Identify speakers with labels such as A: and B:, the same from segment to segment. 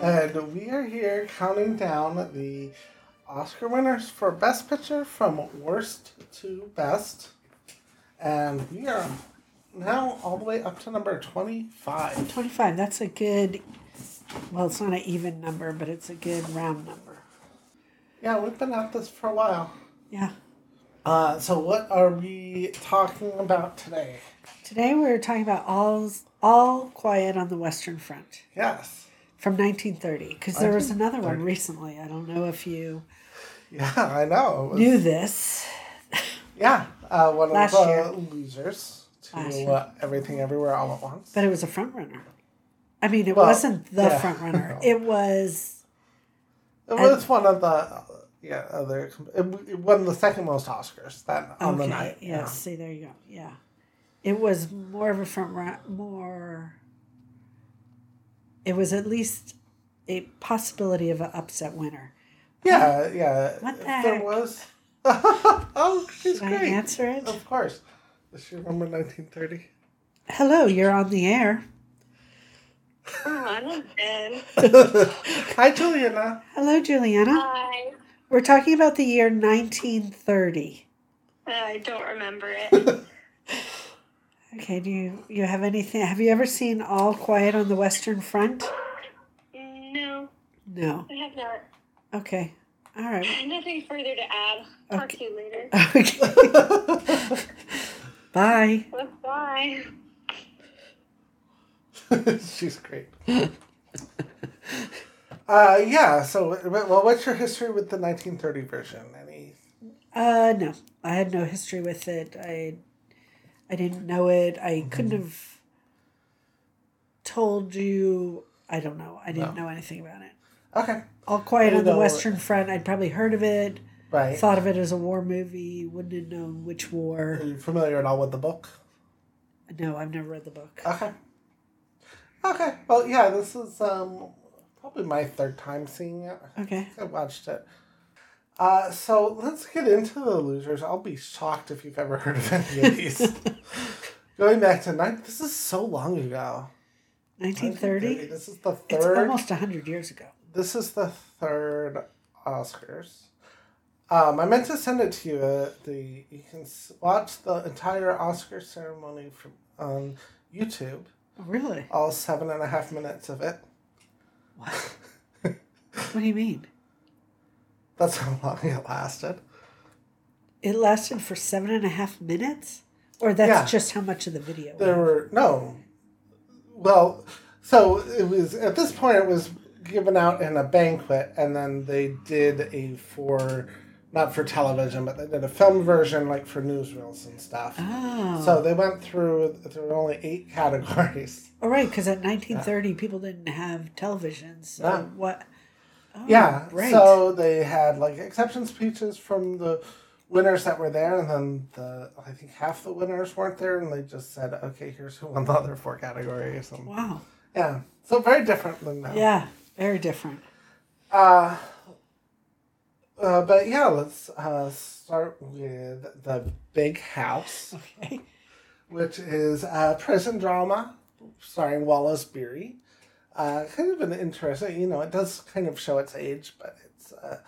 A: And we are here counting down the Oscar winners for Best Picture from worst to best. And we are now all the way up to number 25.
B: 25. That's a good, well, it's not an even number, but it's a good round number.
A: Yeah, we've been at this for a while.
B: Yeah.
A: Uh, so, what are we talking about today?
B: Today we're talking about all all quiet on the Western Front
A: Yes.
B: from 1930 because there was another one recently. I don't know if you
A: Yeah, I know. It was-
B: knew this.
A: yeah, uh, one
B: Last
A: of the
B: year.
A: losers to
B: Last year.
A: uh, Everything Everywhere All at Once.
B: But it was a front runner. I mean, it
A: Well,
B: wasn't the
A: yeah.
B: front runner. It was
A: It was one of the yeah other. It, it won the second most Oscars that on
B: okay.
A: the night.
B: yeah. See, there you go. Yeah, it was more of a front run. More. It was at least a possibility of an upset winner.
A: Yeah, yeah. yeah.
B: What
A: If
B: the
A: There
B: heck?
A: was. oh, she's
B: Should I
A: great. Oh.
B: answer it?
A: Of course. Does she remember 1930?
B: Hello, you're on the air.
C: Hi, and
A: Hi, Juliana.
B: Hello, Juliana.
C: I
B: We're talking about the year 1930.
C: I don't remember it.
B: Okay, do you you have anything? Have you ever seen All Quiet on the Western Front?
C: No,
B: No.
C: I have not.
B: Okay. All right.
C: Nothing further to add. Talk to you later.
B: Okay. Bye.
C: Bye.
A: she's great. Uh, yeah. So, well, what's your history with the 1930 version? Any?
B: Uh, no, I had no history with it. I, I didn't know it. I
A: Mm-hmm.
B: couldn't have told you. I don't know. I didn't know anything about it.
A: Okay.
B: All Quiet
A: I
B: on the
A: know-
B: Western Front. I'd probably heard of it.
A: uh, Right.
B: Thought of it as a war movie. Wouldn't have known which war.
A: Are you familiar at all with the book?
B: No, I've never read the book.
A: Okay. Okay. Well, yeah, this is um probably my third time seeing it.
B: Okay.
A: I watched it. Uh, so let's get into the losers. I'll be shocked if you've ever heard of any of these. Going back to nine, this is so long ago.
B: 1930.
A: This is the
B: It's
A: third.
B: almost 100 years ago.
A: This is the third Oscars. Um, I meant to send it to you. Uh, the you can s- watch the entire Oscar ceremony from on YouTube.
B: Really?
A: all seven and a half minutes of it.
B: What? what do you mean?
A: That's how long it lasted.
B: It lasted for seven and a half minutes? Or that's
A: Yeah.
B: just how much of the video?
A: There were no. Well, so it was at this point it was given out in a banquet, and then they did a for not for television, but they did a film version like for newsreels and stuff.
B: Oh.
A: So they went through. There were only eight categories.
B: All Oh, right, because at 1930, people didn't have televisions. So
A: Yeah.
B: what? Oh,
A: Yeah.
B: Right.
A: So they had like acceptance speeches from the winners that were there, and then the I think half the winners weren't there, and they just said, "Okay, here's who won the other four categories." And,
B: wow.
A: yeah. So very different than now.
B: Yeah. Very different.
A: Uh, uh, but yeah, let's uh, start with the Big House,
B: Okay.
A: which is a prison drama starring Wallace Beery. Uh, kind of an interesting, you know, it does kind of show its age, but it's uh,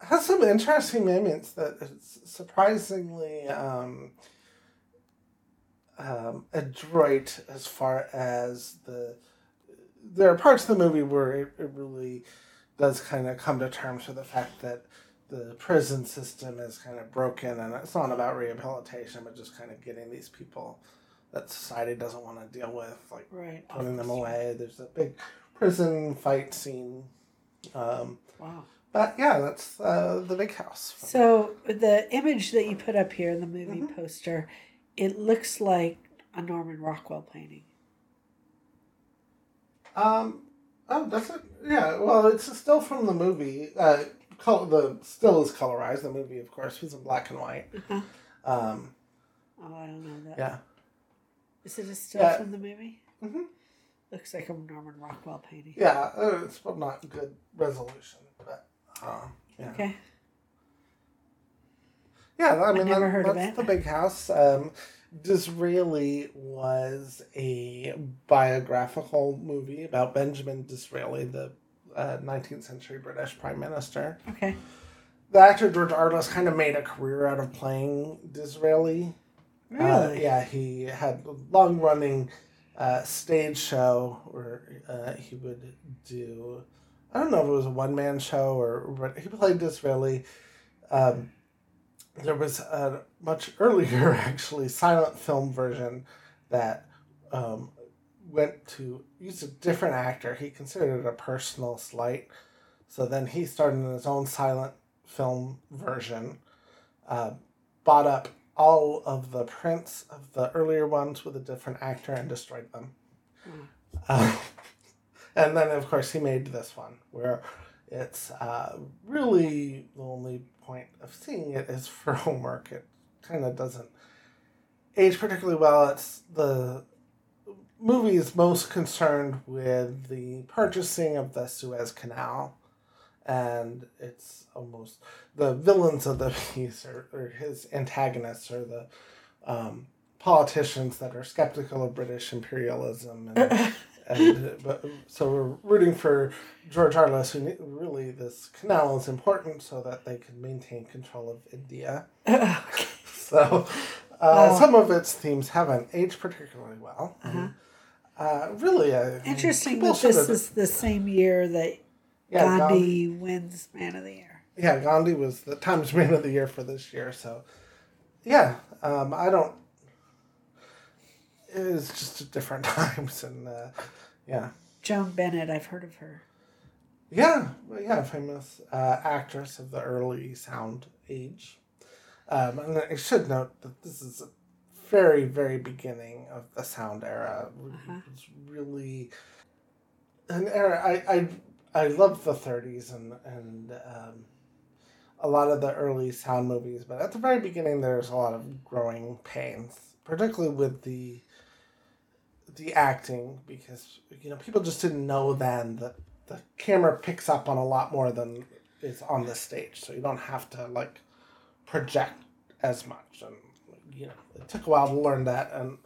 A: has some interesting moments that it's surprisingly um, um, adroit as far as the. There are parts of the movie where it, it really does kind of come to terms with the fact that the prison system is kind of broken and it's not about rehabilitation, but just kind of getting these people that society doesn't want to deal with, like
B: Right.
A: putting them away. There's a big prison fight scene. Um,
B: Wow.
A: but yeah, that's uh, the big house.
B: So the image that you put up here in the movie
A: Mm-hmm.
B: poster, it looks like a Norman Rockwell painting.
A: Um, oh, that's it. Yeah, well, it's still from the movie. Uh, col- the still is colorized. The movie, of course, was in black and white.
B: Uh-huh.
A: Um,
B: Oh, I don't know that.
A: yeah,
B: Is it a still
A: Yeah.
B: from the movie?
A: Mhm.
B: Looks like a Norman Rockwell painting.
A: yeah, uh, it's well, not good resolution, but um, yeah.
B: Okay.
A: Yeah, I mean,
B: never
A: that-
B: heard of
A: that's
B: it.
A: the big house. Um, Disraeli was a biographical movie about Benjamin Disraeli, the uh, 19th century British prime minister.
B: Okay.
A: The actor George Arliss kind of made a career out of playing Disraeli.
B: Really?
A: Uh, yeah, he had a long running uh, stage show where uh, he would do, I don't know if it was a one man show or but he played Disraeli. Um, there was a much earlier, actually, silent film version that um, went to use a different actor. He considered it a personal slight. So then he started his own silent film version, uh, bought up all of the prints of the earlier ones with a different actor and destroyed them.
B: Hmm.
A: Uh, and then, of course, he made this one where it's uh, really the only point of seeing it is for homework. It kind of doesn't age particularly well. It's the movie is most concerned with the purchasing of the Suez Canal. And it's almost the villains of the piece or, or his antagonists are the um, politicians that are skeptical of British imperialism. And, and but, so we're rooting for George Arliss, who ne- really this canal is important so that they can maintain control of India.
B: Okay.
A: So uh,
B: Wow.
A: some of its themes haven't aged particularly well.
B: Uh-huh.
A: Uh, really, I mean,
B: Interesting
A: people
B: that this
A: should've-
B: is the same year that
A: yeah, Gandhi.
B: Gandhi wins Man of the Year.
A: Yeah, Gandhi was the Times Man of the Year for this year. So, yeah, um, I don't. It was just at different times, and uh, yeah.
B: Joan Bennett, I've heard of her.
A: Yeah, well, yeah, famous uh, actress of the early sound age. Um, and I should note that this is a very, very beginning of the sound era.
B: Uh-huh.
A: It's really an era. I I, I love the '30s and and um, a lot of the early sound movies, but at the very beginning, there's a lot of growing pains, particularly with the the acting, because you know people just didn't know then that the camera picks up on a lot more than is on the stage, so you don't have to like project as much. And you know, it took a while to learn that, and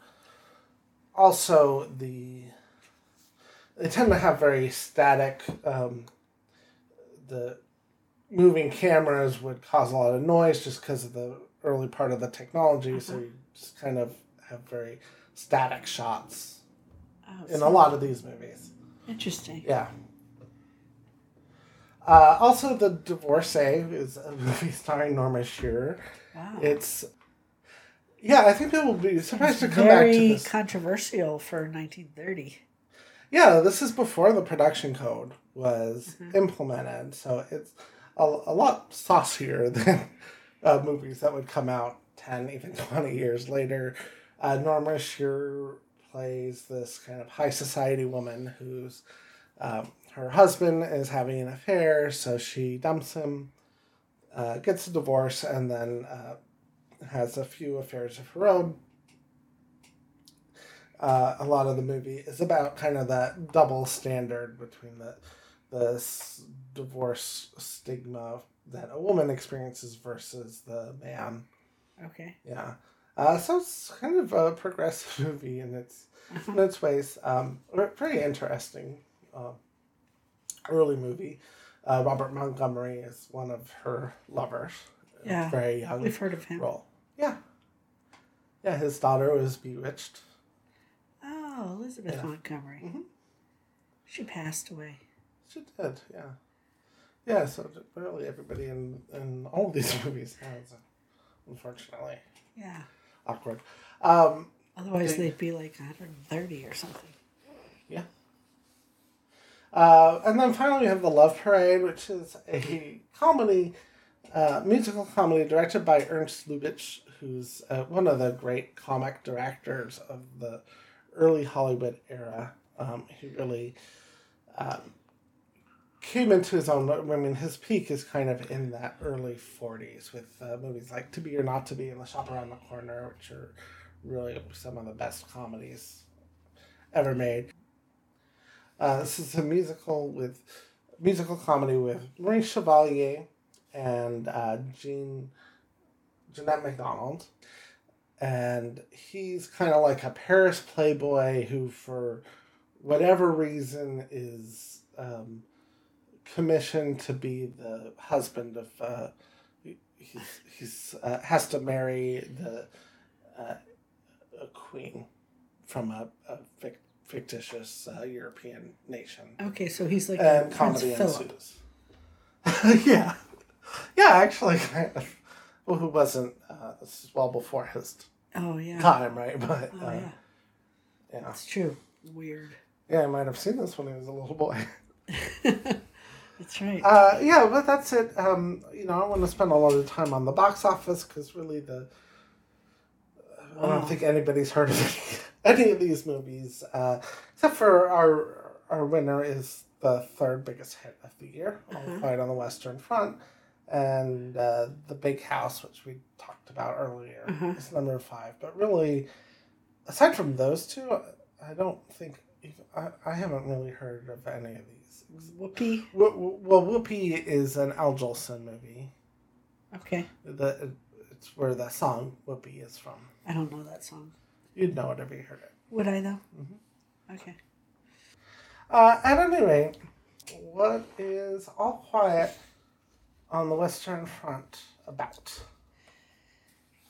A: also the they tend to have very static. Um, the moving cameras would cause a lot of noise just because of the early part of the technology, so you just kind of have very static shots
B: Oh,
A: in
B: so-
A: a lot of these movies.
B: Interesting.
A: Yeah. Uh, also, The Divorcee is a movie starring Norma Shearer.
B: Wow.
A: It's, yeah, I think people will be surprised to come back to
B: Very
A: this.
B: controversial for 1930.
A: Yeah, this is before the production code was implemented, so it's a, a lot saucier than uh, movies that would come out 10, even 20 years later. Uh, Norma Shearer plays this kind of high society woman who's um, her husband is having an affair, so she dumps him, uh, gets a divorce, and then uh, has a few affairs of her own. Uh, a lot of the movie is about kind of that double standard between the the s- divorce stigma that a woman experiences versus the man.
B: Okay.
A: Yeah. Uh, so it's kind of a progressive movie in its in
B: Uh-huh.
A: its ways. Um, a very interesting uh, early movie. Uh, Robert Montgomery is one of her lovers.
B: Yeah.
A: Very young
B: We've heard of him.
A: role. Yeah. Yeah, his daughter was bewitched.
B: Oh, Elizabeth
A: Yeah.
B: Montgomery.
A: Mhm.
B: She passed away.
A: She did, yeah. Yeah, so really everybody in, in all of these movies has, unfortunately,
B: Yeah.
A: awkward. Um,
B: Otherwise,
A: Okay.
B: they'd be like 130 or something.
A: Uh, and then finally, we have The Love Parade, which is a comedy, uh, musical comedy directed by Ernst Lubitsch, who's uh, one of the great comic directors of the early Hollywood era. Um, he really um, came into his own. I mean, his peak is kind of in that early 40s with uh, movies like To Be or Not to Be and The Shop Around the Corner, which are really some of the best comedies ever made. Uh, this is a musical with musical comedy with Marie Chevalier and uh, Jean Jeanette MacDonald. and he's kind of like a Paris playboy who, for whatever reason, is um, commissioned to be the husband of. Uh, he- he's he's uh, has to marry the uh, a queen from a, a fic- fictitious uh, European nation
B: Okay, so he's like
A: and
B: Prince
A: Uh, Um, comedy
B: Philip.
A: ensues. yeah, yeah, actually, kind of. Well, who wasn't? Uh, this is well before his
B: Oh yeah.
A: time, right? But
B: Oh
A: uh,
B: yeah.
A: yeah. yeah,
B: That's true. Weird.
A: I might have seen this when he was a little boy.
B: That's right.
A: Uh, yeah, but that's it. Um, you know, I want to spend a lot of time on the box office because really the. I
B: Wow.
A: don't think anybody's heard of any of these movies, uh, except for our our winner is the third biggest hit of the year,
B: Uh-huh.
A: All Quiet on the Western Front, and uh, The Big House, which we talked about earlier,
B: Uh-huh.
A: is number five. But really, aside from those two, I don't think even, I, I haven't really heard of any of these.
B: Whoopee.
A: Well, well, Whoopi is an Al Jolson movie.
B: Okay.
A: The, it's where that song Whoopi is from.
B: I don't know that song.
A: You'd know it if you heard it.
B: Would I though?
A: Mhm.
B: Okay.
A: Uh, at any rate, what is All Quiet on the Western Front about?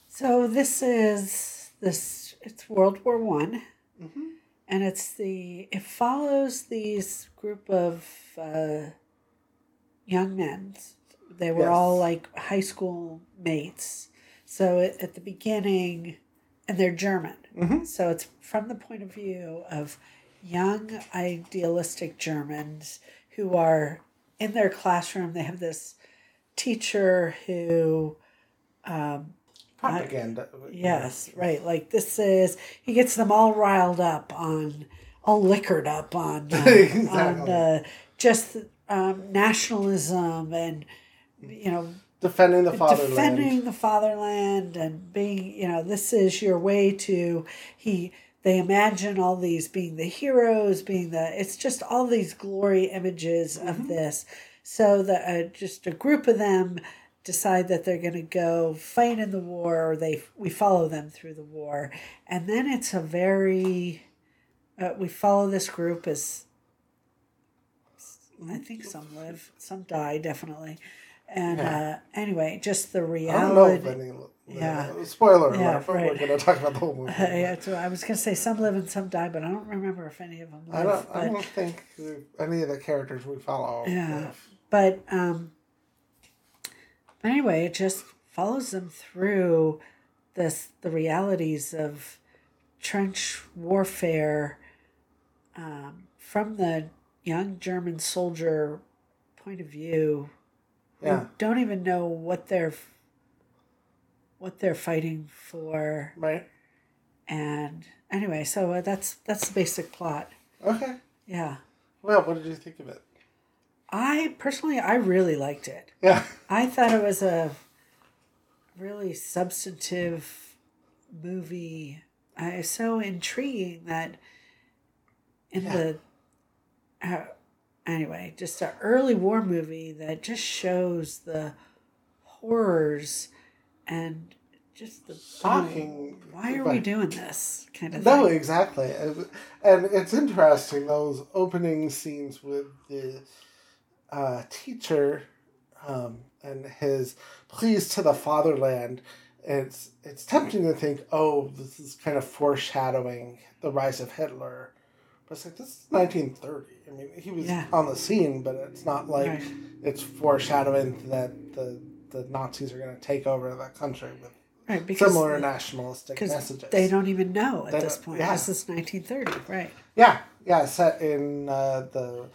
B: So this is this. It's World War One.
A: Mm-hmm.
B: and it's the it follows these group of uh, young men. They were
A: Yes.
B: all like high school mates. So it, at the beginning, and they're German.
A: Mhm.
B: So it's from the point of view of young idealistic Germans who are in their classroom. They have this teacher who. Um,
A: Propaganda.
B: Uh, Yes, right. Like this is he gets them all riled up on, all liquored up on, uh, on
A: Exactly.
B: uh, just um, nationalism and you know
A: Defending the fatherland.
B: defending the fatherland and being you know this is your way to he they imagine all these being the heroes being the it's just all these glory images
A: Mm-hmm.
B: of this so that uh, just a group of them decide that they're going to go fight in the war or they we follow them through the war and then it's a very uh, we follow this group as i think some live some die definitely and
A: Yeah.
B: uh, anyway just the
A: I don't know
B: reality
A: if any.
B: Yeah.
A: Spoiler alert,
B: Yeah,
A: but we're
B: right.
A: going to talk about the whole movie.
B: yeah, so I was gonna say some live and some die, but I don't remember if any of them live.
A: I don't,
B: but
A: I don't think any of the characters we follow.
B: Yeah.
A: live.
B: but um, but anyway, it just follows them through this the realities of trench warfare um, from the young German soldier point of view. who
A: Yeah.
B: don't even know what they're what they're fighting for.
A: Right.
B: And anyway, so uh, that's that's the basic plot.
A: Okay.
B: Yeah.
A: Well, what did you think of it?
B: I personally, I really liked it.
A: Yeah.
B: I thought it was a really substantive movie. I, it's so intriguing that in the uh, anyway, just an early war movie that just shows the horrors and just the
A: Shocking.
B: Why are we
A: Right.
B: doing this kind of
A: No,
B: thing?
A: exactly. And, and it's interesting, those opening scenes with the uh, teacher um, and his pleas to the fatherland. It's, it's tempting to think, oh, this is kind of foreshadowing the rise of Hitler. But it's like, this is 1930. I mean, he was
B: Yeah.
A: on the scene, but it's not like
B: Right.
A: it's foreshadowing that the, the Nazis are going to take over the country with
B: Right, because
A: similar nationalistic
B: because
A: messages.
B: they don't even know at
A: They
B: this
A: don't-
B: point.
A: yeah.
B: This is 1930, right?
A: Yeah, yeah, set in uh, the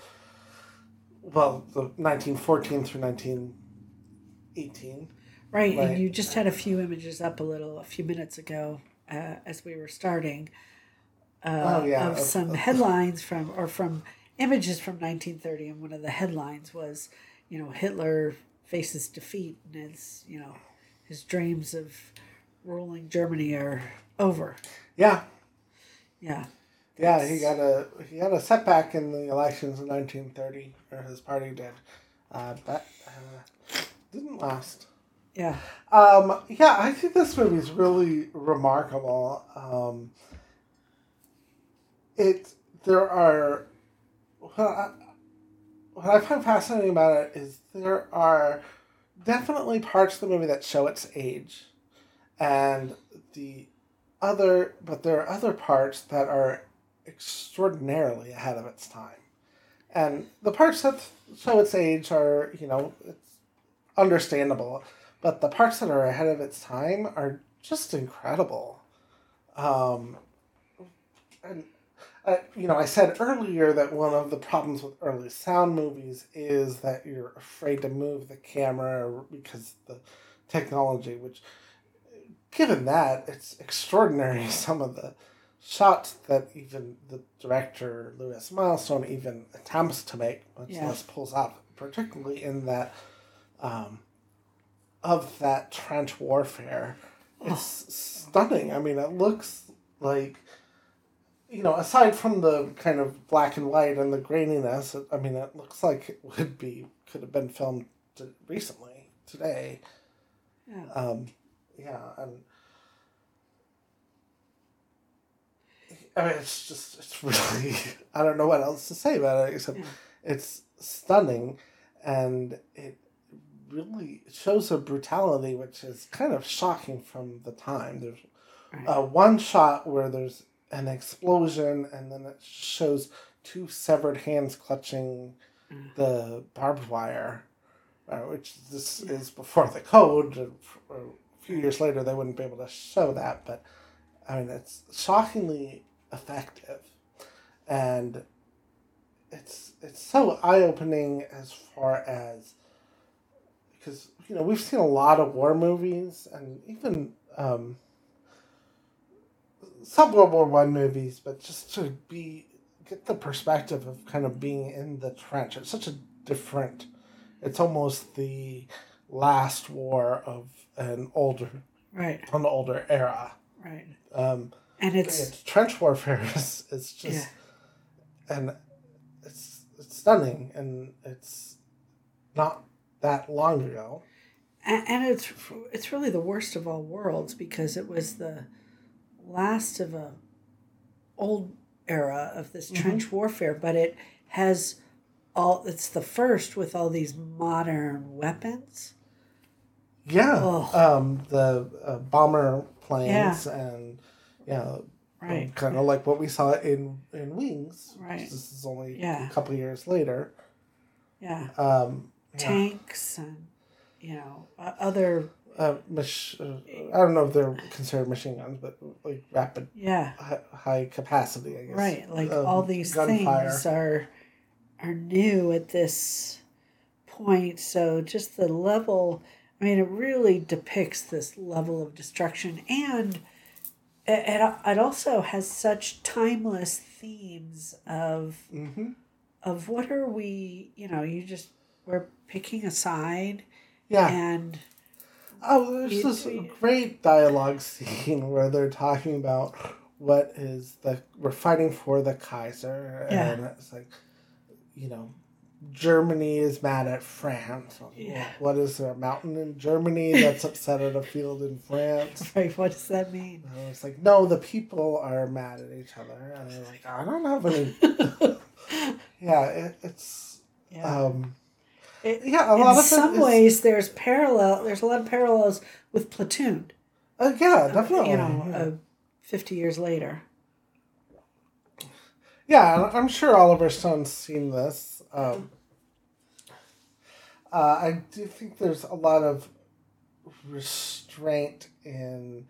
A: well, the 1914 through 1918.
B: Right,
A: Right.
B: and you just had a few images up a little a few minutes ago uh, as we were starting uh,
A: Oh, yeah,
B: of
A: of-
B: some
A: of-
B: headlines from or from images from 1930, and one of the headlines was, you know, Hitler faces defeat and his you know his dreams of ruling Germany are over.
A: Yeah,
B: Yeah,
A: yeah, he got a he had a setback in the elections in 1930, or his party did, uh, but uh, didn't last.
B: Yeah.
A: Um, yeah, I think this movie is really remarkable. Um, it there are what I, what I find fascinating about it is there are definitely parts of the movie that show its age, and the other but there are other parts that are extraordinarily ahead of its time, and the parts that show its age are you know it's understandable but the parts that are ahead of its time are just incredible. Um, and I, Uh, you know, I said earlier that one of the problems with early sound movies is that you're afraid to move the camera because the technology. Which, given that, it's extraordinary some of the shots that even the director Lewis Milestone even attempts to make, much
B: Yeah.
A: less pulls off. Particularly in that. Um, of that trench warfare it's stunning. I mean, it looks like, you know, aside from the kind of black and white and the graininess, it, I mean, it looks like it would be, could have been filmed t- recently, today.
B: Yeah.
A: Um, yeah, and. I mean, it's just, it's really, I don't know what else to say about it except
B: Yeah.
A: it's stunning and it really shows a brutality which is kind of shocking from the time. There's
B: Right.
A: uh, one shot where there's an explosion and then it shows two severed hands clutching
B: Mm.
A: the barbed wire, uh, which this is before the code. and f- A few years later, they wouldn't be able to show that, but I mean, it's shockingly effective, and it's it's so eye opening as far as because you know we've seen a lot of war movies and even um, some World War One movies, but just to be get the perspective of kind of being in the trench. It's such a different. It's almost the last war of an older
B: Right.
A: an older era.
B: Right.
A: Um,
B: And
A: yeah,
B: it's
A: trench warfare is it's just and it's it's stunning and it's not that long ago.
B: and, and it's it's really the worst of all worlds because it was the last of a old era of this
A: Mhm.
B: trench warfare, but it has all it's the first with all these modern weapons.
A: Yeah.
B: Ugh.
A: Um, the uh, bomber planes and yeah,
B: Right.
A: kind of like what we saw in in Wings. which
B: Right.
A: This is only
B: Yeah.
A: a couple of years later.
B: Yeah.
A: Um, yeah.
B: Tanks and you know o- other
A: Uh, mach- uh, I don't know if they're considered machine guns, but like rapid
B: yeah
A: hi- high capacity, I guess.
B: right like
A: um,
B: all these
A: gunfire.
B: things are are new at this point so just the level i mean it really depicts this level of destruction and it, it, it also has such timeless themes of
A: Mm-hmm.
B: of what are we you know you just we're picking a side
A: Yeah.
B: and
A: Oh, there's
B: You-
A: this
B: you-
A: great dialogue scene where they're talking about what is the we're fighting for the Kaiser,
B: Yeah.
A: and it's like, you know, Germany is mad at France. Well,
B: Yeah.
A: What is there a mountain in Germany that's upset at a field in France?
B: right what does that mean
A: And it's like, no, the people are mad at each other, and they're like, I don't have any. yeah, it, it's
B: yeah
A: um,
B: It-
A: yeah, a lot
B: in
A: of
B: some
A: it is-
B: ways there's parallel there's a lot of parallels with platoon
A: uh, yeah, definitely.
B: you know
A: yeah.
B: uh, 50 years later
A: Yeah, and I'm sure Oliver Stone's seen this. Um, uh, I do think there's a lot of restraint in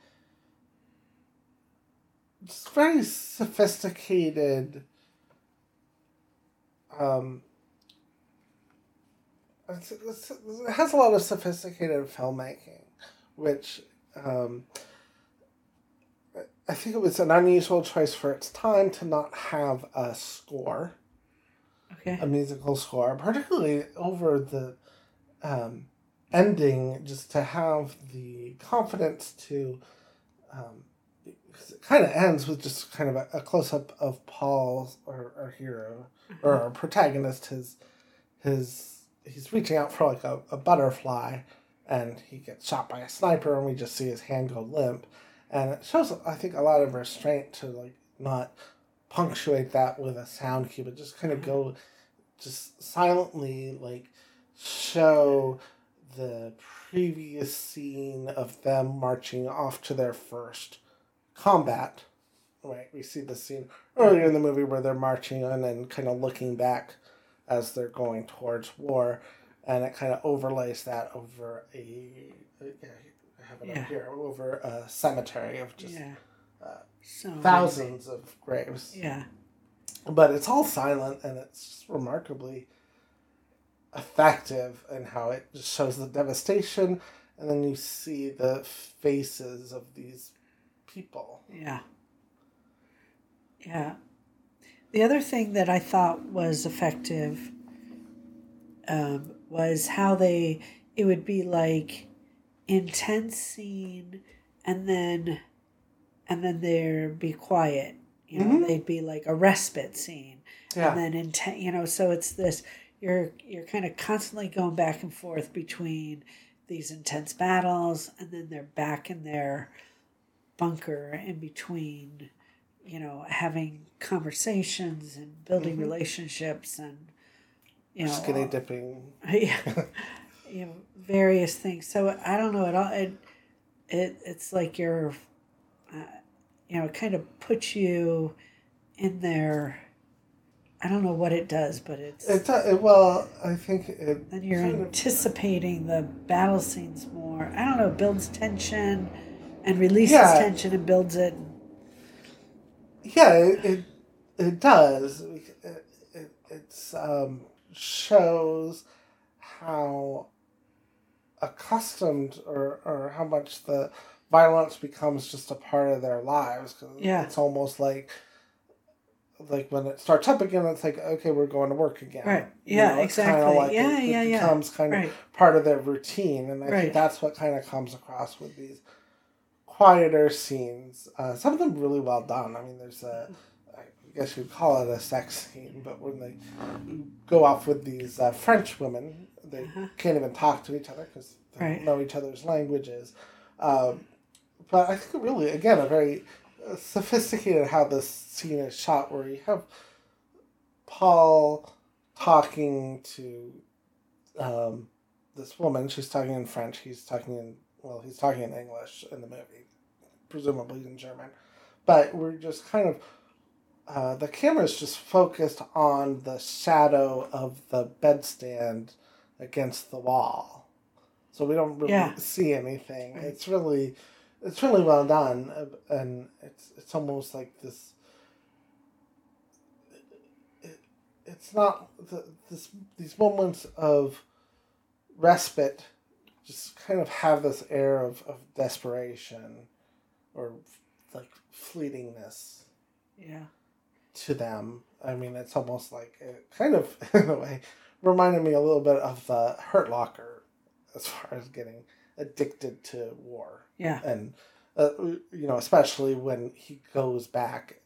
A: just very sophisticated. Um, it's- it's- it has a lot of sophisticated filmmaking, which um, I think it was an unusual choice for its time to not have a score
B: okay
A: a musical score, particularly over the um, ending, just to have the confidence to. Um, 'cause it kind of ends with just kind of a, a close up of Paul's or our hero or
B: Uh-huh.
A: our protagonist. His his he's reaching out for like a, a butterfly, and he gets shot by a sniper, and we just see his hand go limp. And it shows, I think, a lot of restraint to like not punctuate that with a sound cue, but just kind of go, just silently like show the previous scene of them marching off to their first combat. Right, we see the scene earlier in the movie where they're marching on and kind of looking back as they're going towards war, and it kind of overlays that over a. I have it
B: Yeah.
A: up here over a cemetery of just
B: yeah.
A: uh,
B: so
A: thousands of graves.
B: Yeah.
A: But it's all silent and it's just remarkably effective in how it just shows the devastation and then you see the faces of these people.
B: Yeah. Yeah. The other thing that I thought was effective um, was how they, it would be like intense scene and then, and then there'd be quiet. You know,
A: Mhm.
B: they'd be like a respite scene.
A: Yeah.
B: and then intent you know so it's this you're you're kind of constantly going back and forth between these intense battles and then they're back in their bunker in between you know having conversations and building
A: Mhm.
B: relationships and you know
A: Skinny dipping.
B: yeah, you know, various things. So I don't know at all. It, it it's like you're, uh, you know, it kind of puts you in there. I don't know what it does, but it's
A: It, do- it, well, I think it.
B: then you're
A: kind of-
B: anticipating the battle scenes more. I don't know. It builds tension, and releases
A: Yeah.
B: tension and builds it.
A: yeah, it, it, it does. It, it it's, um, shows how accustomed or, or how much the violence becomes just a part of their lives. 'cause
B: Yeah.
A: It's almost like like when it starts up again, it's like, okay, we're going to work again.
B: Right.
A: You
B: Yeah,
A: know, it's kinda
B: exactly.
A: like it-
B: Yeah,
A: it
B: yeah, yeah.
A: becomes kind of
B: Right.
A: part of their routine, and I
B: Right.
A: think that's what kind of comes across with these quieter scenes. Uh, some of them really well done. I mean, there's a, I guess you'd call it a sex scene, but when they go off with these uh, French women, they
B: Uh-huh.
A: can't even talk to each other because they
B: Right.
A: don't know each other's languages. Um, but I think really, again, a very uh, sophisticated how this scene is shot, where you have Paul talking to um, this woman. She's talking in French. He's talking in well, he's talking in English in the movie, presumably in German. But we're just kind of uh, the camera's just focused on the shadow of the bedstand against the wall, so we don't really
B: Yeah.
A: see anything.
B: Right.
A: It's really, it's really well done, uh, and it's it's almost like this. it- It's not the, this these moments of respite just kind of have this air of, of desperation or like fleetingness
B: Yeah.
A: to them. I mean, it's almost like it kind of, in a way, reminded me a little bit of the Hurt Locker as far as getting addicted to war.
B: Yeah.
A: And, uh, you know, especially when he goes back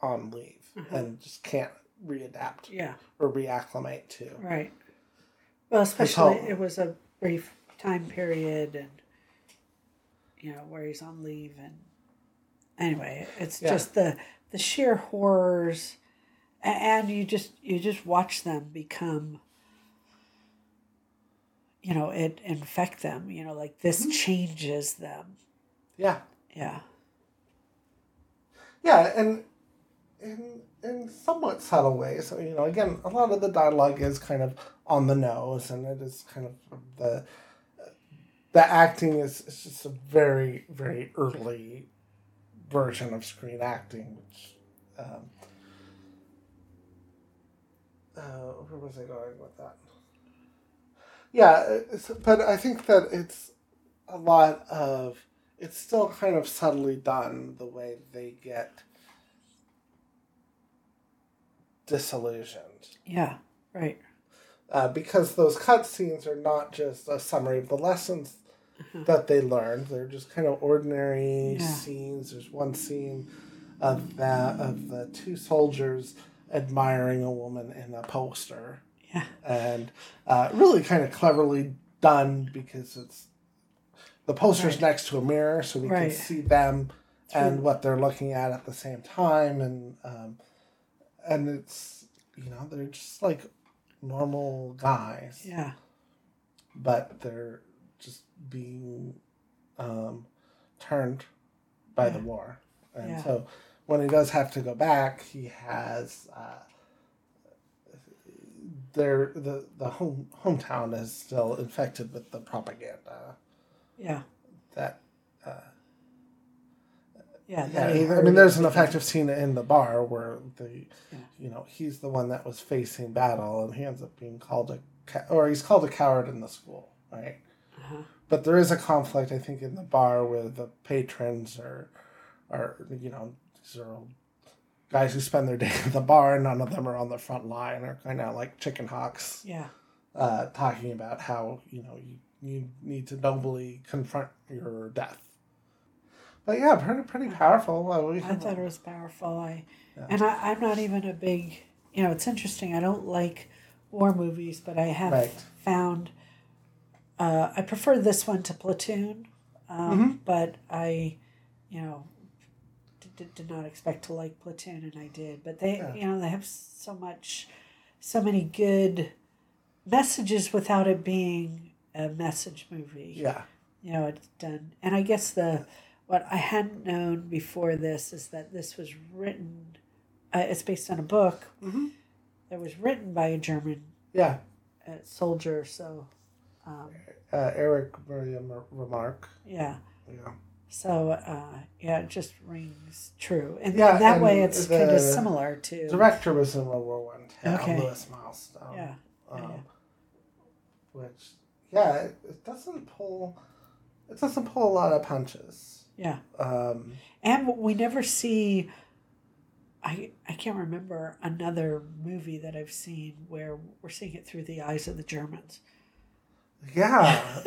A: on leave
B: Uh-huh.
A: and just can't readapt
B: Yeah.
A: or reacclimate to.
B: Right. Well, especially
A: all-
B: it was a brief time period, and you know where he's on leave, and anyway, it's
A: Yeah.
B: just the the sheer horrors, a- and you just you just watch them become. You know, it infect them. You know, like this
A: Mm-hmm.
B: changes them.
A: Yeah.
B: Yeah,
A: Yeah, and in in somewhat subtle ways. So, you know, again, a lot of the dialogue is kind of on the nose, and it is kind of the the acting is it's just a very very early version of screen acting, which. Um, uh, where was I going with that? Yeah, it's, but I think that it's a lot of it's still kind of subtly done the way they get disillusioned
B: yeah, right.
A: uh, because those cutscenes are not just a summary of the lessons
B: Uh-huh.
A: that they learned they're just kind of ordinary
B: Yeah.
A: scenes there's one scene of that of the two soldiers admiring a woman in a poster
B: Yeah,
A: and uh, really kind of cleverly done because it's the poster's
B: Right.
A: next to a mirror, so we can
B: Right.
A: see them and
B: True.
A: what they're looking at at the same time, and um, and it's you know they're just like normal guys,
B: Yeah.
A: but they're just being um, turned by the
B: Yeah.
A: war, and
B: Yeah.
A: so when he does have to go back, he has. Uh, their the the home hometown is still infected with the propaganda
B: Yeah.
A: that uh, yeah,
B: Yeah. that he
A: I
B: heard.
A: mean, there's an effective scene in the bar where the,
B: Yeah.
A: you know, he's the one that was facing battle, and he ends up being called a, ca- or he's called a coward in the school, right?
B: Uh-huh.
A: But there is a conflict, I think, in the bar where the patrons are, are you know, these are all guys who spend their day at the bar, and none of them are on the front line, are kind of like chicken hawks,
B: Yeah.
A: uh, talking about how you know you, you need to nobly confront your death. But yeah, pretty pretty powerful. Uh, we-
B: I thought it was powerful. I
A: Yeah.
B: and I, I'm not even a big you know, it's interesting. I don't like war movies, but I have
A: Right.
B: found uh, I prefer this one to Platoon, um,
A: Mm-hmm.
B: but I, you know, did, did, did not expect to like Platoon, and I did. But they,
A: Yeah.
B: you know, they have so much, so many good messages without it being a message movie
A: Yeah.
B: you know it's done and i guess the what i hadn't known before this is that this was written uh, it's based on a book
A: Mhm.
B: that was written by a german
A: Yeah.
B: uh, soldier so um,
A: Uh, Eric Miriam Remark.
B: yeah
A: Yeah.
B: so uh, yeah it just rings true and
A: Yeah,
B: that
A: and
B: way it's
A: the
B: kind of similar to
A: Director was in World War One. Yeah,
B: Okay.
A: Lewis Milestone.
B: yeah
A: Um,
B: yeah.
A: Which, yeah, it, it doesn't pull. It doesn't pull a lot of punches.
B: yeah
A: Um,
B: and we never see I, I can't remember another movie that I've seen where we're seeing it through the eyes of the Germans.
A: yeah.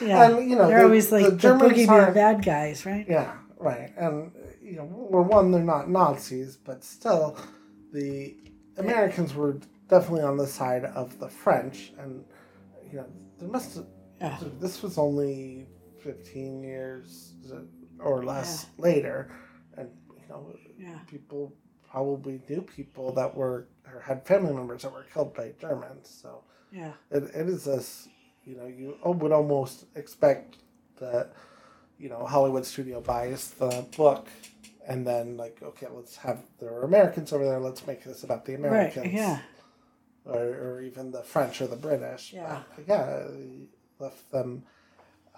B: Yeah.
A: And, you know,
B: they're
A: the-
B: always like the, boogeyman
A: aren't-
B: bad guys, right?
A: Yeah, right. And you know, well, one, they're not Nazis, but still, the Americans were definitely on the side of the French, and you know, there must have,
B: Yeah.
A: this was only fifteen years or less later, and you know,
B: Yeah.
A: people probably knew people that were or had family members that were killed by Germans, so
B: Yeah.
A: it, it is this you know you al- would almost expect that you know hollywood studio buys the book and then like okay let's have there are americans over there let's make this about the americans
B: Right. Yeah.
A: or, or even the french or the british
B: Yeah.
A: But, yeah they left them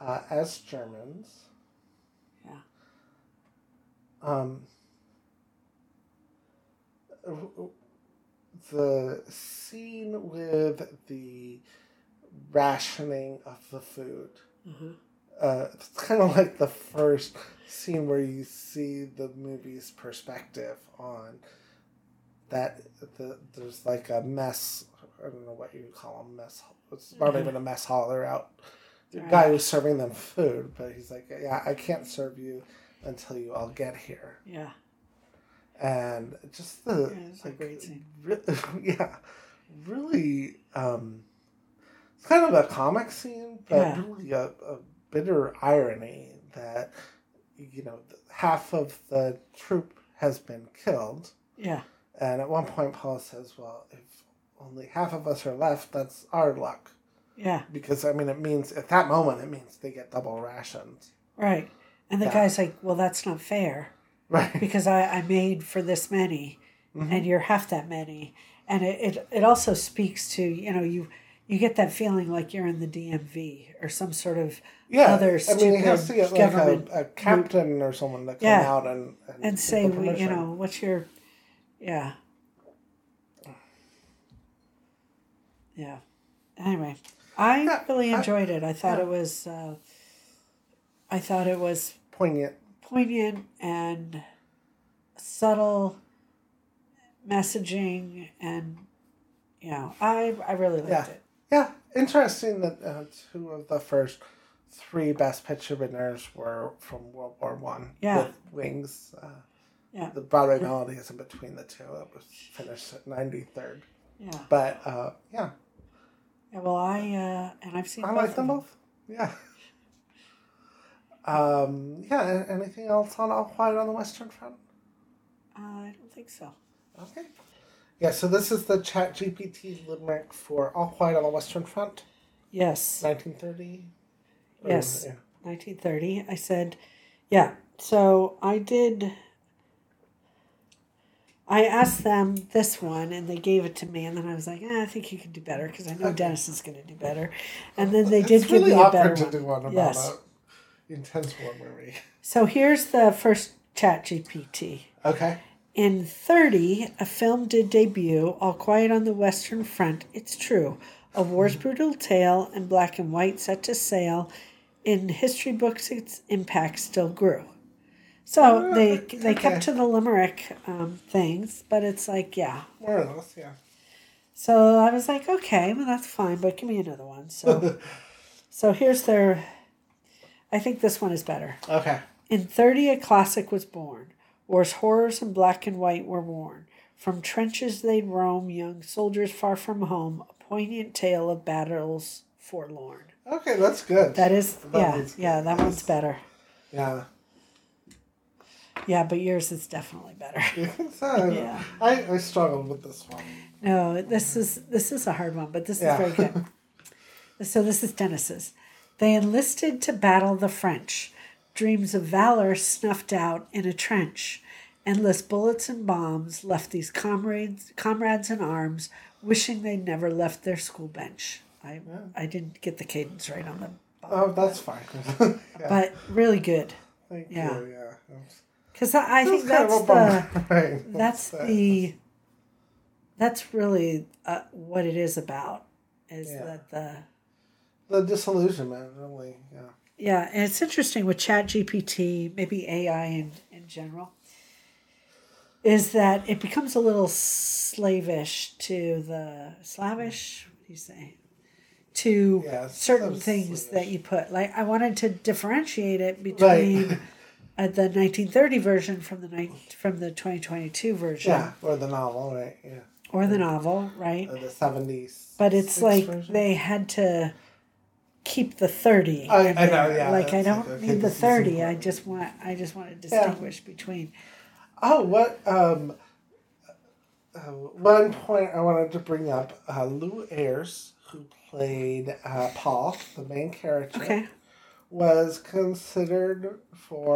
A: uh, as germans
B: Yeah.
A: um the scene with the rationing of the food.
B: Mhm.
A: Uh, it's kind of like the first scene where you see the movie's perspective on that. The, there's like a mess. I don't know what you call a mess. hall- It's not
B: Mhm.
A: even a mess hall. They're out. The
B: Right.
A: guy who's serving them food, but he's like, "Yeah, I can't serve you until you all get here."
B: Yeah.
A: and just the
B: Yeah, it's a great scene.
A: re- yeah, really. Um, it's kind of a comic scene, but
B: Yeah.
A: really a, a bitter irony that you know half of the troop has been killed,
B: Yeah.
A: and at one point Paul says, "Well, if only half of us are left, that's our luck."
B: Yeah.
A: Because I mean, it means at that moment it means they get double rations,
B: Right. And the
A: Yeah.
B: guy's like, well, that's not fair
A: right?
B: because I, I made for this many
A: Mhm.
B: and you're half that many. And it, it, it also speaks to, you know, you, you get that feeling like you're in the DMV or some sort of
A: Yeah,
B: other
A: I mean, he has to
B: stupid
A: get like
B: government
A: a, a captain or someone to come
B: Yeah.
A: out and and,
B: and
A: give
B: say,
A: the
B: we- you
A: permission.
B: know, what's your, yeah. Yeah. Anyway, I
A: Yeah,
B: really
A: I-
B: enjoyed it. I thought
A: yeah.
B: it was, uh, I thought it was
A: poignant.
B: poignant and subtle messaging and, you know, I, I really liked
A: Yeah.
B: it.
A: Yeah, interesting that uh, two of the first three best picture winners were from World War One.
B: Yeah.
A: with Wings. Uh,
B: Yeah.
A: the Broadway melody is in between the two. It was finished at ninety third,
B: Yeah.
A: but uh, yeah,
B: yeah well, I, uh, and I've seen
A: I
B: both
A: like
B: of
A: them both. Yeah, Um, yeah, a- anything else on All Quiet on the Western Front?
B: Uh, I don't think so.
A: Okay. Yeah, so this is the Chat GPT limerick for All Quiet on the Western Front,
B: Yes.
A: 1930. Or-
B: Yes.
A: yeah.
B: 1930. I said, yeah. So I did. I asked them this one and they gave it to me. And then I was like, eh, I think you can do better because I know
A: Okay.
B: Dennis is going to do better. And then they did
A: it's really
B: give me a
A: awkward
B: better
A: to
B: one.
A: do one about
B: Yes.
A: a intense war movie.
B: So here's the first chat GPT.
A: Okay.
B: In 30, a film did debut, All Quiet on the Western Front, it's true, a war's brutal tale in black and white set to sail. In history books, its impact still grew. So they they
A: Oh, Okay.
B: kept to the limerick um, things, but it's like, yeah.
A: More or less, yeah.
B: So I was like, okay, well, that's fine, but give me another one. So, so here's their, I think this one is better.
A: Okay.
B: In 30, a classic was born. War's horrors in black and white were worn. From trenches they'd roam, young soldiers far from home, a poignant tale of battles forlorn.
A: Okay, that's good.
B: That is,
A: That
B: yeah,
A: one's
B: yeah,
A: good,
B: that one's
A: yes.
B: better.
A: Yeah.
B: Yeah, but yours is definitely better.
A: You think so?
B: Yeah.
A: I, I struggled with this one.
B: No, this is this is a hard one, but this
A: Yeah.
B: is very good. so this is Dennis's. They enlisted to battle the French. Dreams of valor snuffed out in a trench. Endless bullets and bombs left these comrades comrades in arms, wishing they'd never left their school bench. I I didn't get the cadence right on them.
A: Oh, that's fine. yeah,
B: But really good.
A: thank
B: yeah.
A: you. Yeah. That's-
B: Because I, I think
A: kind
B: that's
A: of
B: the
A: a bummer. Right.
B: that's the that's really uh, what it is about is
A: Yeah.
B: that the
A: the disillusionment, really. Yeah.
B: yeah and it's interesting with chat gpt maybe ai in, in general is that it becomes a little slavish to the slavish what do you say to
A: Yeah, it's
B: certain
A: sort of
B: things
A: slavish.
B: that you put like i wanted to differentiate it between uh, the 1930 version from the nine from the 2022 version
A: Yeah. Or the novel, right? Yeah.
B: or the novel right
A: Or the seventies.
B: But it's like they had to keep the thirty.
A: I-
B: in
A: I know,
B: there.
A: yeah,
B: Like I
A: that's
B: don't
A: like, okay,
B: need the
A: this is
B: thirty. I
A: important.
B: just want. I just want to distinguish between.
A: Oh, what um uh, one point I wanted to bring up, uh, Lou Ayres, who played uh, Paul, the main character,
B: Okay.
A: was considered for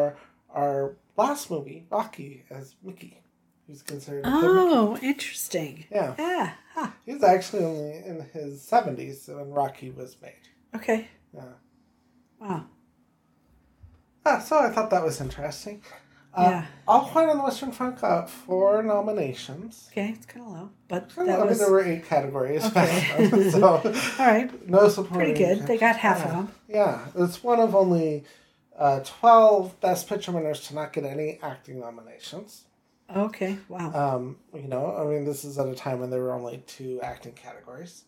A: our last movie, Rocky, as Mickey. He was considered. the Mickey.
B: Oh, interesting.
A: Yeah,
B: Yeah. Huh.
A: he's actually only in his seventies when Rocky was made.
B: Okay.
A: Yeah.
B: Wow.
A: Ah, so I thought that was interesting. Uh,
B: Yeah.
A: All Quiet on the Western Front got four nominations.
B: Okay. It's kind of low, but
A: I
B: that
A: mean,
B: was
A: there were eight categories. back
B: Okay.
A: then, so
B: all right.
A: no support.
B: Pretty good. They got half of them.
A: Yeah, it's one of only uh, twelve Best Picture winners to not get any acting nominations.
B: Okay. Wow.
A: Um, you know, I mean, this is at a time when there were only two acting categories.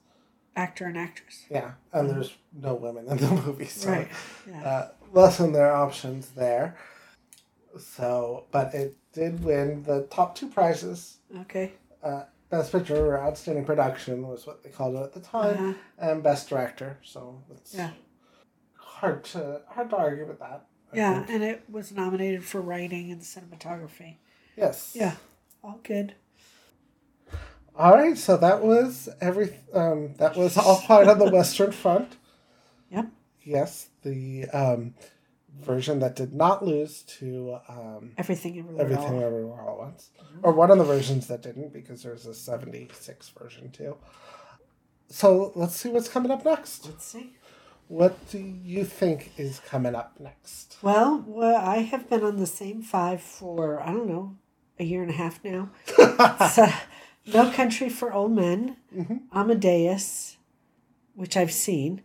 B: Actor and actress.
A: Yeah, and there's no women in the movie, so
B: Right. Yeah.
A: uh, lessen their options there. So, but it did win the top two prizes.
B: okay.
A: Uh, Best Picture or Outstanding Production was what they called it at the time,
B: Uh-huh.
A: and Best Director. So it's
B: Yeah.
A: hard to hard to argue with that. I
B: Yeah,
A: think.
B: and it was nominated for writing and cinematography.
A: Yes.
B: Yeah. All good.
A: All right. So that was every. Um, that was all quiet on the Western Front.
B: Yep.
A: Yes, the um, version that did not lose to um,
B: Everything in Everywhere.
A: Everything
B: All. Mm-hmm.
A: Everywhere All at Once. Or one of the versions that didn't, because there was a 76 version too. So let's see what's coming up next.
B: Let's see.
A: What do you think is coming up next?
B: Well, well, I have been on the same five for, I don't know, a year and a half now. so, no Country for Old Men,
A: Mhm.
B: Amadeus, which I've seen,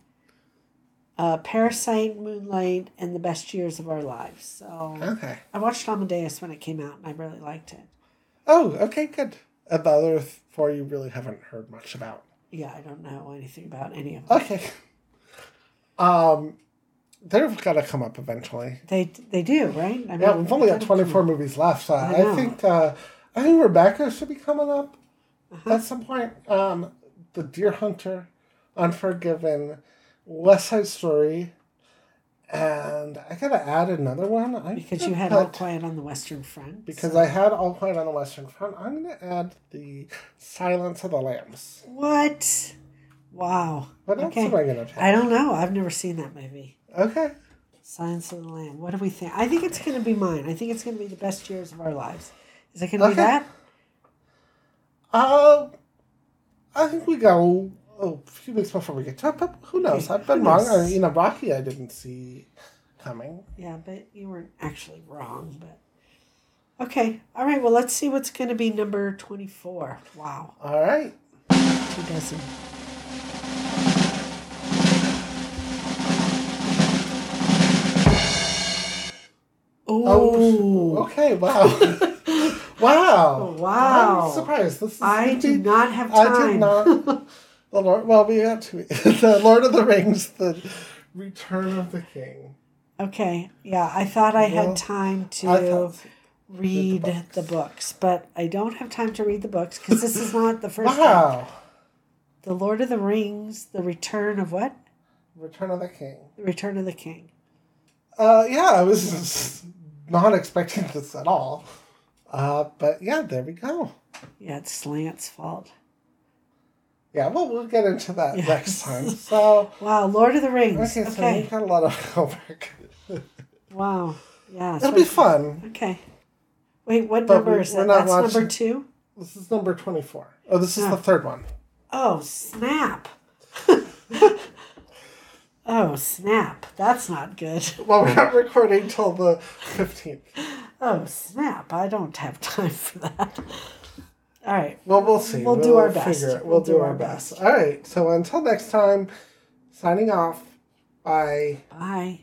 B: uh, Parasite, Moonlight, and The Best Years of Our Lives. So,
A: Okay.
B: I watched Amadeus when it came out and I really liked it.
A: Oh, okay, good. And the other th- four you really haven't heard much about.
B: Yeah, I don't know anything about any of them.
A: Okay. Um, they're gonna come up eventually.
B: They, they do, right? I mean,
A: Yeah, we've only got
B: they
A: twenty four
B: come-
A: movies left. So
B: I
A: I
B: know.
A: think uh, I think Rebecca should be coming up.
B: Uh-huh.
A: At some point, um, The Deer Hunter, Unforgiven, West Side Story, And I gotta add another one. I
B: because you had
A: put-
B: All Quiet on the Western Front.
A: because
B: so-
A: I had All Quiet on the Western Front. I'm gonna add the Silence of the Lambs.
B: What? Wow.
A: What else
B: Okay.
A: am I gonna pick?
B: I don't know. I've never seen that movie.
A: okay,
B: Silence of the Lamb. What do we think? I think it's going to be mine. I think it's going to be the best years of our lives. Is it going to
A: Okay.
B: be that?
A: uh, I think we go oh, a few weeks before we get to it. But who knows?
B: Okay,
A: I've been
B: who
A: wrong.
B: knows?
A: I, you know, Rocky, I didn't see coming.
B: Yeah, but you weren't actually wrong. But okay, all right. Well, let's see what's going to be number twenty-four. Wow,
A: All right.
B: two dozen.
A: Oh,
B: Oh,
A: okay. Wow. wow.
B: Wow.
A: I'm surprised. This is
B: I
A: gonna
B: do
A: be-
B: not have time.
A: I did not. The Lord. Well, we got to the Lord of the Rings, the Return of the King.
B: Okay, yeah, I thought I
A: Well,
B: had time to.
A: I thought
B: read the books.
A: books.
B: but I don't have time to read the books because this is not the first one.
A: Wow.
B: The Lord of the Rings, The Return of what?
A: Return of the King.
B: The Return of the King.
A: Uh, yeah, I was not expecting this at all. Uh, but yeah, there we go.
B: Yeah, it's Slant's fault.
A: Yeah, well, we'll get into that
B: Yes.
A: next time. So,
B: Wow, Lord of the Rings.
A: okay,
B: Okay,
A: so we got a lot of homework.
B: wow. Yeah,
A: It'll
B: so-
A: be fun.
B: Okay. Wait, what
A: But
B: number
A: we-
B: is
A: we're
B: that?
A: not
B: That's
A: watching-
B: number two.
A: This is number 24. Oh, this is
B: Yeah.
A: the third one.
B: Oh snap! oh snap! That's not good.
A: Well, we're not recording till the 15th.
B: Oh snap! I don't have time for that. All right.
A: Well, we'll see.
B: We'll do our best.
A: figure it. We'll, do, our best. All right. So until next time, signing off. Bye.
B: Bye.